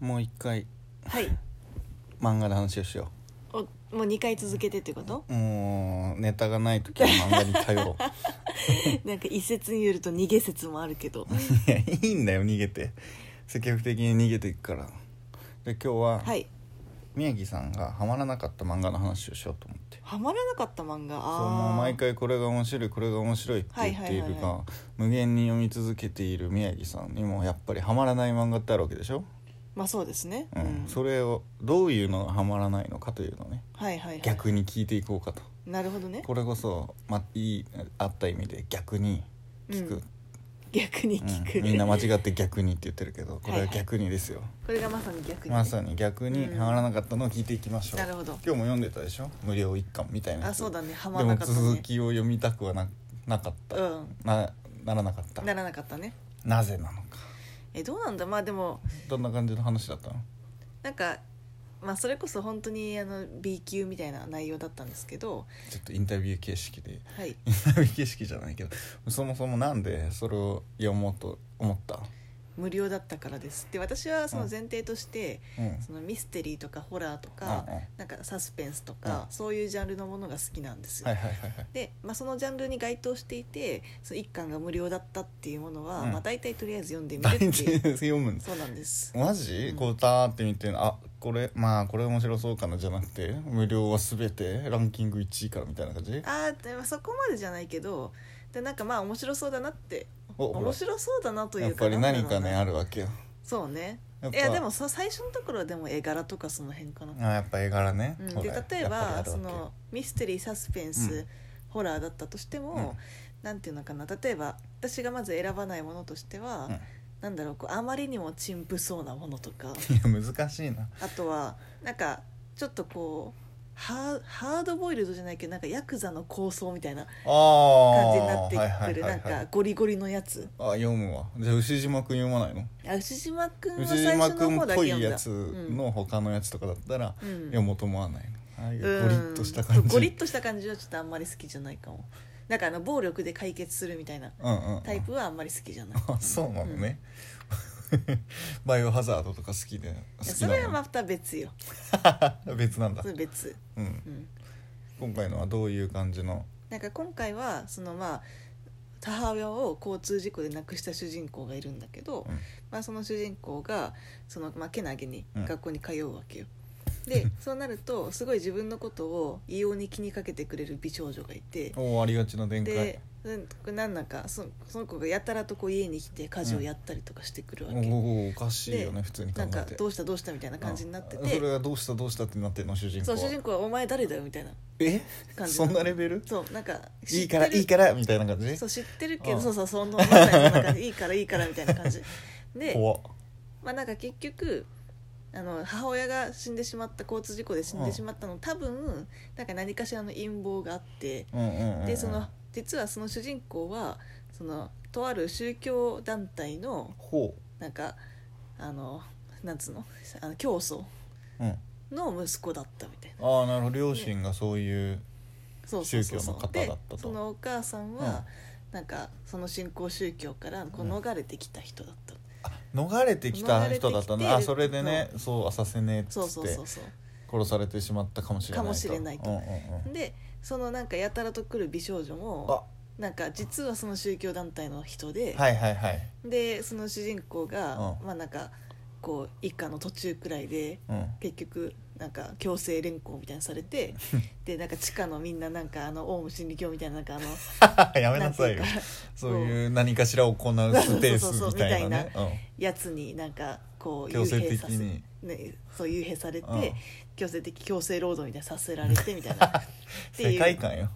もう一回はい漫画の話をしよおもう2回続けてってことうもうネタがない時は漫画に頼ろうなんか一説によると逃げ説もあるけどい やいいんだよ逃げて積極的に逃げていくからで今日ははい宮城さんがハマらなかった漫画の話をしようと思ってハマらなかった漫画あそうーもう毎回これが面白いこれが面白いって言っているが、はいはいはいは無限に読み続けている宮城さんにもやっぱりハマらない漫画ってあるわけでしょ、まあそうですねうんそれれをどういうのがハマらないのかというのをねはいはい、はい、逆に聞いていこうかとなるほどねこれこそ、ま、いいあった意味で逆に聞く、うん逆に聞く、うんみんな間違って逆にって言ってるけどこれは逆にですよ、これがまさに逆に、まさに逆にうんハマらなかったのを聞いていきましょう、なるほど今日も読んでたでしょ無料一巻みたいなやつあそうだねハマらなかったねでも続きを読みたくはななかった、うんなならなかったならなかったねなぜなのかえどうなんだまあでもどんな感じの話だったのなんかまあそれこそ本当にあの B 級みたいな内容だったんですけどちょっとインタビュー形式で はいインタビュー形式じゃないけどそもそもなんでそれを読もうと思った、無料だったからですって私はその前提として、うん、そのミステリーとかホラーとか、うんうんなんかサスペンスとか、うんそういうジャンルのものが好きなんですよ、はいはいはいはいで、まあ、そのジャンルに該当していてその1巻が無料だったっていうものは、うんまあ、大体とりあえず読んでみ大るってい体う読むんですそうなんですマジうんこうターって見てあこれまあこれ面白そうかなじゃなくて無料は全てランキング1位からみたいな感じあーでもそこまでじゃないけどでなんかまあ面白そうだなっておほら面白そうだなといやっうかぱり何かなんだねろうなあるわけよそうねやっいぱやでもさ最初のところはでも絵柄とかその辺かな、あやっぱ絵柄ね、うん、ほでら例えやばっぱりあるわけそのミステリーサスペンス、うんホラーだったとしても、なんていうのかな例えば私がまず選ばないものとしては、なんだろうこうあまりにも陳腐そうなもの とかうん、いや難しいなあとはなんかちょっとこうハーハードボイルドじゃないけどなんかヤクザの構想みたいな 感感じになってくるはいはないんはいはいかゴリゴリのやつあ読むわじゃあ牛島くん読まないのあ牛島くんは牛最島初くのん方っだけぽ読んいだやつの他のやつとかだったらうんうん読もうと思わないのああいうゴうんリッとした感じゴリッとした感じはちょっとあんまり好きじゃないかもなんかあの暴力で解決するみたいなうんうんうんタイプはあんまり好きじゃないあそうなのね、バイオハザードとか好きで好いやきそなのれはまた別よ 別なんだそ、れ別、うん、うん、今回のはどういう感じのなんか今回はそのまあ母親を交通事故で亡くした主人公がいるんだけど、うんまあ、その主人公がその、まあ、けなげにうん学校に通うわけよ、 でそうなるとすごい自分のことを異様に気にかけてくれる美少女がいておおありがちな展開でうんなんなんかそその子がやたらとこう家に来て家事をやったりとかしてくるわおけ、おおかしいよねで普通に考なえんてかどうしたどうしたみたいな感じになってあそてれがどうしたどうしたってなってるの主人公そうは主人公は「お前誰だよ」みたいなえ感じそんなレベルそうなんかいいからいいからみたいな感じそう知ってるけうんどそうそうそのまさにそんな感じいいからいいからみたいな感じで 怖っまあなんか結局あの母親が死んでしまった交通事故で死んでしまったの多分なんか何かしらの陰謀があってうんうんうんでその実はその主人公はそのとある宗教団体のほなんかあのなんつうのあの教祖う、うん、あの息子だったみたいな。あなるほど両親がそういう、そうそうそうそ宗教うの方だったとでそのお母さんは、なんかその信仰宗教からこう逃れてきた人だった、逃れてきた人だった逃れてきねてあそれでねそう浅瀬ねっつそうっそうてそうそう殺されてしまったかもしれないとかもしれないとうんうんうん、でそのなんかやたらと来る美少女もあなんか実はその宗教団体の人で、はいはいはい、でその主人公が、うんまあなんかこう一家の途中くらいでうん、結局なんか強制連行みたいにさ れてでなんか地下のみんななんかあのオウム真理教みたいななんかあのやめなさいよんてうかそういう何かしら行うスペースみたいなねそうやつになんかうこんう強制的させにね、そう幽閉されて、うん強制的強制労働みたいなさせられて みたいなていう世界観よ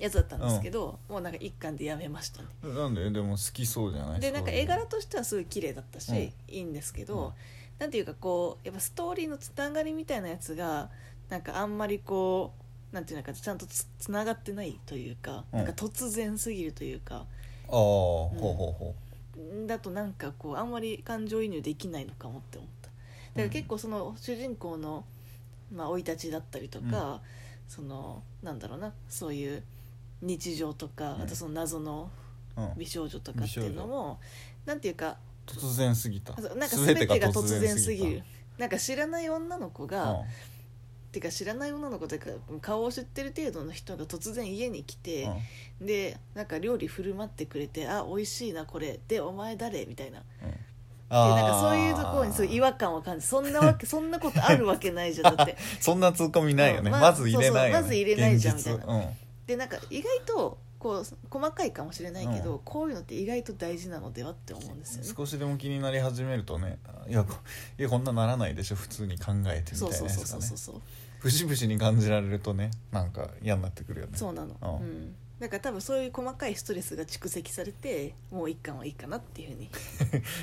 やつだったんですけど、もうなんか一巻でやめましたねなんででも好きそうじゃないでなんか絵柄ととしてはすごい綺麗だったし、うんいいんですけうど、んなんていうかこうやっぱストーリーのつながりみたいなやつがなんかあんまりこうなんていうのかちゃんとつつながってないというか,、うんなんか突然すぎるというかああ、ほうほうほんだとなんかこうあんまり感情移入できないのかもって思っただから結構その主人公のまあ、生い立ちだったりとか、そのなんだろうなそういう日常とか、うんあとその謎のう、うん、美少女とかっていうのもなんていうか突然すぎたあそうなんか全全てが突然すぎるなんか知らない女の子うんが、てか知らない女の子というか顔を知ってる程度の人が突然家に来て、うんでなんか料理振る舞ってくれて「あ美味しいなこれ」で「お前誰?」みたいなであーなんかそういうところにそういう違和感を感じそんな わけそんなことあるわけないじゃんだってそんなツッコミないよね、うんまあまず入れないよ、ね、そうそうまず入れないじゃん現実みたいでなんか意外とこう細かいかもしれないけど、こういうのって意外と大事なのではって思うんですようん、ね少しでも気になり始めるとねいやこいやこんなならないでしょ普通に考えてみたそいうなそやうつそうがそうねそうそう節々に感じられるとねなんか嫌になってくるよねそうなのああうんだから多分そういう細かいストレスが蓄積されてもう一巻はいいかなっていうふうに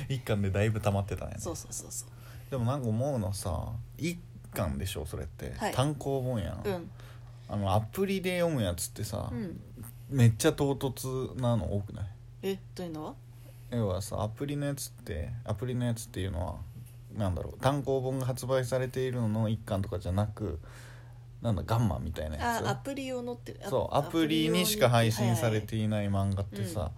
一巻でだいぶ溜まってたねそうそうそうそうでもなんか思うのさ一巻でしょそれって、はい単行本やん、うんあのアプリで読むやつってさ、うんめっちゃ唐突なの多くないえというのは要はさアプリのやつってアプリのやつっていうのはなんだろう単行本が発売されているのの一巻とかじゃなくなんだガンマみたいなやあつアプリ用のってあそうアプリにしか配信されていない漫画ってさ、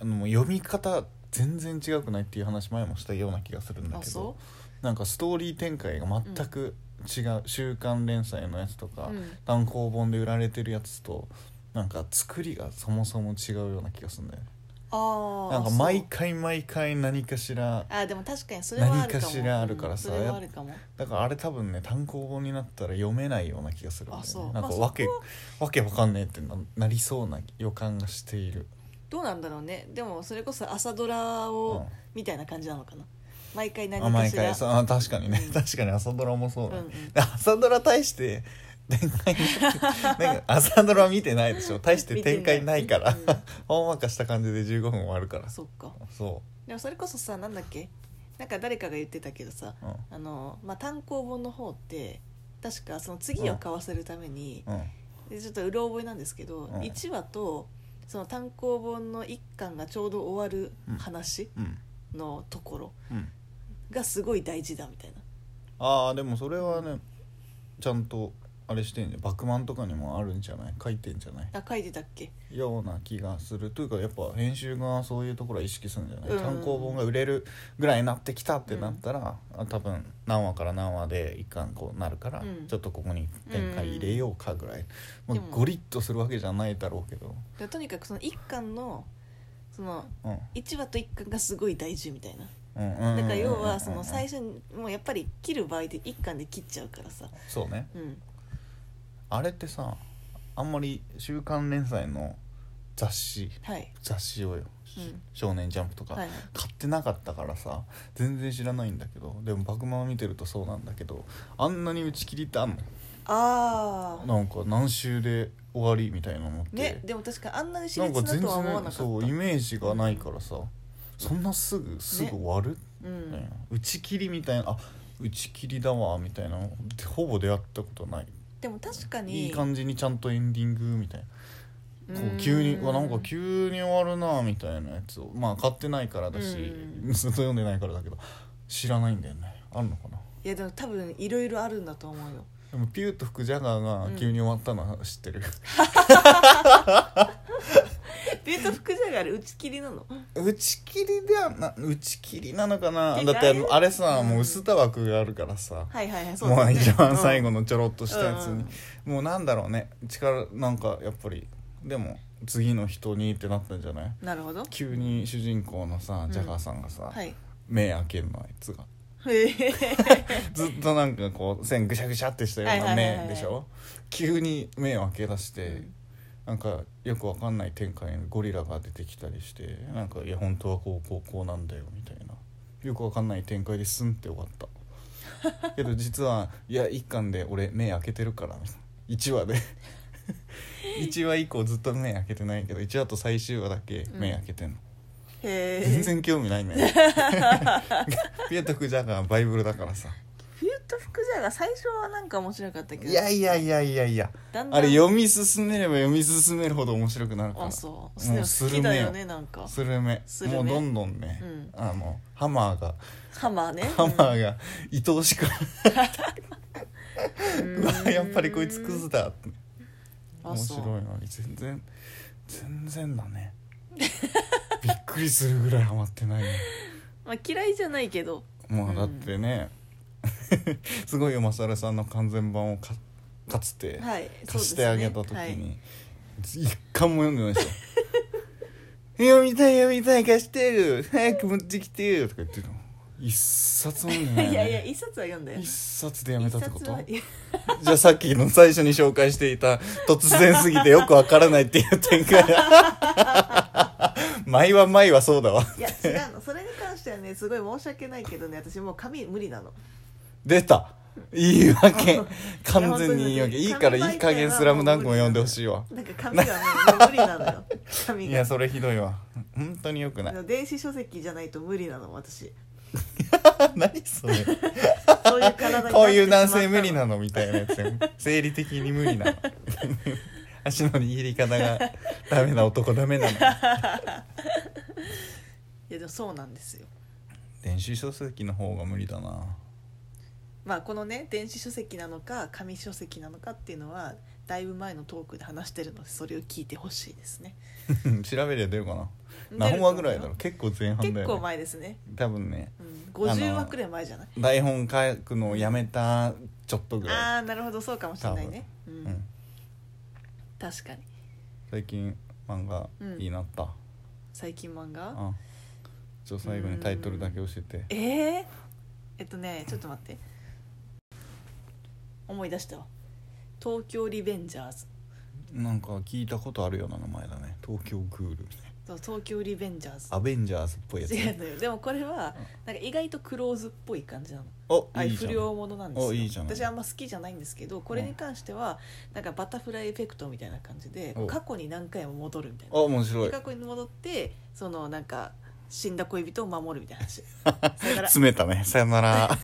あのもう読み方全然違くないっていう話前もしたような気がするんだあけどそなんかストーリー展開が全く違う、週刊連載のやつとうか、うん単行本で売られてるやつとなんか作りがそもそも違うような気がするんだよねああなんか毎回毎回何かしらあでも確かにそれはあるか何もかしらあるからさうんそれはあるかもだからあれ多分ね単行本になったら読めないような気がするんだよねあそうなんかまあわけ、そこわけわかんねえってななりそうな予感がしている、どうなんだろうねでもそれこそ朝ドラうをんみたいな感じなのかな毎回何あか毎しら回さあ確かにね、うん確かに朝ドラもそうだ、ねうんうんで朝ドラ対して展開な なんか朝ドラ見てないでしょ対して展開ないから見てないうんほんわかした感じで15分終わるからそっかそでもそれこそさなんだっけなんか誰かが言ってたけどさううあの、まあ、単行本の方って確かその次を買わせるために、んうんでちょっとうろ覚えなんですけど、うん1話とその単行本の1巻がちょうど終わる話うんのところうんがすごい大事だみたいなああでもそれはねちゃんとあれしてんじゃん「バクマン」とかにもあるんじゃない書いてんじゃないあ書いてたっけような気がするというかやっぱ編集がそういうところは意識するんじゃない、うん単行本が売れるぐらいになってきたってなったら、あ多分何話から何話で一貫こうなるから、うんちょっとここに展開入れようかぐらい、うんまあでもゴリッとするわけじゃないだろうけど、でとにかくその1巻のそのうんうん1話と1巻がすごい大事みたいなうんうんうんうんうんだから要はその最初にもうやっぱり切る場合で1巻で切っちゃうからさそうねうんあれってさあんまり週刊連載の雑誌はい雑誌をよ、うん少年ジャンプ」とか、はい買ってなかったからさ全然知らないんだけどでも「バクマン」見てるとそうなんだけどあんなに打ち切りってあんああのなんか何週で終わりみたいなのって、ねでも確かにあんなにな熾んか烈だ全とは思わなか然ったそうイメージがないからさ、そんなすぐすぐ終わる、うみたいんな打ち切りみたいなあ打ち切りだわみたいなのってほぼ出会ったことないでも確かにいい感じにちゃんとエンディングみたいな。こううん急にうわなんか急に終わるなみたいなやつをまあ買ってないからだし うずっと読んでないからだけど知らないんだよねあるのかないやでも多分いろいろあるんだと思う よでもピューと福ジャガーが急に終わったのは知ってる、ビュート服じゃがあれ打ち切りなの打ち切りではな打ち切りなのかなてだかってあのあれさ、うんもう薄た枠があるからさ、はいはいはいもう一番最後ののちょろっとしたやつに、うんうんもうなんだろうね力なんかやっぱりでも次の人にってなったんじゃないなるほど急に主人公のさうんジャガーさんがさ、はい目開けるのあいつがへえずっとなんかこう線ぐしゃぐしゃってしたようなはいはいはいは目いでしょ急に目を開け出して、うんなんかよくわかんない展開にゴリラが出てきたりしてなんか「いや本当はこうこうこうなんだよ」みたいなよくわかんない展開でスンって終わった けど実は「いや一巻で俺目開けてるから」みたいな1話 で1話以降ずっと目開けてないけど1話と最終話だけ目開けてんの、へえ全然興味 ないねピエトクジャガーバイブルだからさフィット服じゃが最初はなんか面白かったけどいやいやいやいやいやだんだんあれ読み進めれば読み進めるほど面白くなるからあそうもうでも好きだよねなんかスルメスルメもうどんどんね、うんあのハマーが、ハマーねハマーが愛おしく、ーう わやっぱりこいつクズだって面あそう白いのに全然全然だねびっくりするぐらいハマってないよまあ嫌いじゃないけどまあだってね、 すごいよマサルさんの完全版をかかつてはい貸してあげた時に、そうですねはい一巻も読んでないですよ読みたい読みたい貸してる早く持ってきてよとか言ってるの一冊も読んでない、ね、 いやいや一冊は読んだよ一冊でやめたってこ一冊とはいやじゃあさっきの最初に紹介していた突然すぎてよくわからないっていう展開 前は前はそうだわいや違うのそれに関してはねすごい申し訳ないけどね私もう紙無理なの出た言い訳完全に言い訳いいいやから本当にいい加減「スラムダンクも読んでほしいわなんか紙がもうもう無理なの よ紙いがやそれひどいわ本当によくない電子書籍じゃないと無理なの私 何それそういう体になってしまったのこういう男性無理なのみたいなやつよ生理的に無理 なの足の握り方がダメな男ダメな のいやでもそうなんですよ電子書籍の方が無理だ なまあこのね電子書籍なのか紙書籍なのかっていうのはだいぶ前のトークで話してるのでそれを聞いてほしいですねうん調べりゃ出るかな出ると思うよ何話ぐらいだろう結構前半だ結よ、構ね、前ですね、多分ねうん、あ50の話くらい前じゃない台本書くのをやめたちょっとぐらい、ああーなるほどそうかもしれないね、うんうん、確かに最近漫画うんいいなった、最近漫画あじゃあ最後にタイトルだけ教えてえー、えっとねちょっと待って思い出したわ「東京リベンジャーズなんか聞いたことあるような名前だね東京グールみたい」そう東京リベンジャーズなアベンジャーズっぽいやつ違ねうのよでもこれはなんか意外とクローズっぽい感じなのおああいいういじゃ不ん良ものなんですよおいいじゃない私あんま好きじゃないんですけどこれに関してはなんかバタフライエフェクトみたいな感じでお過去に何回も戻るみたいあな面白でい過去に戻って そのなんか死んだ恋人を守るみたいな話だから詰めたねさよなら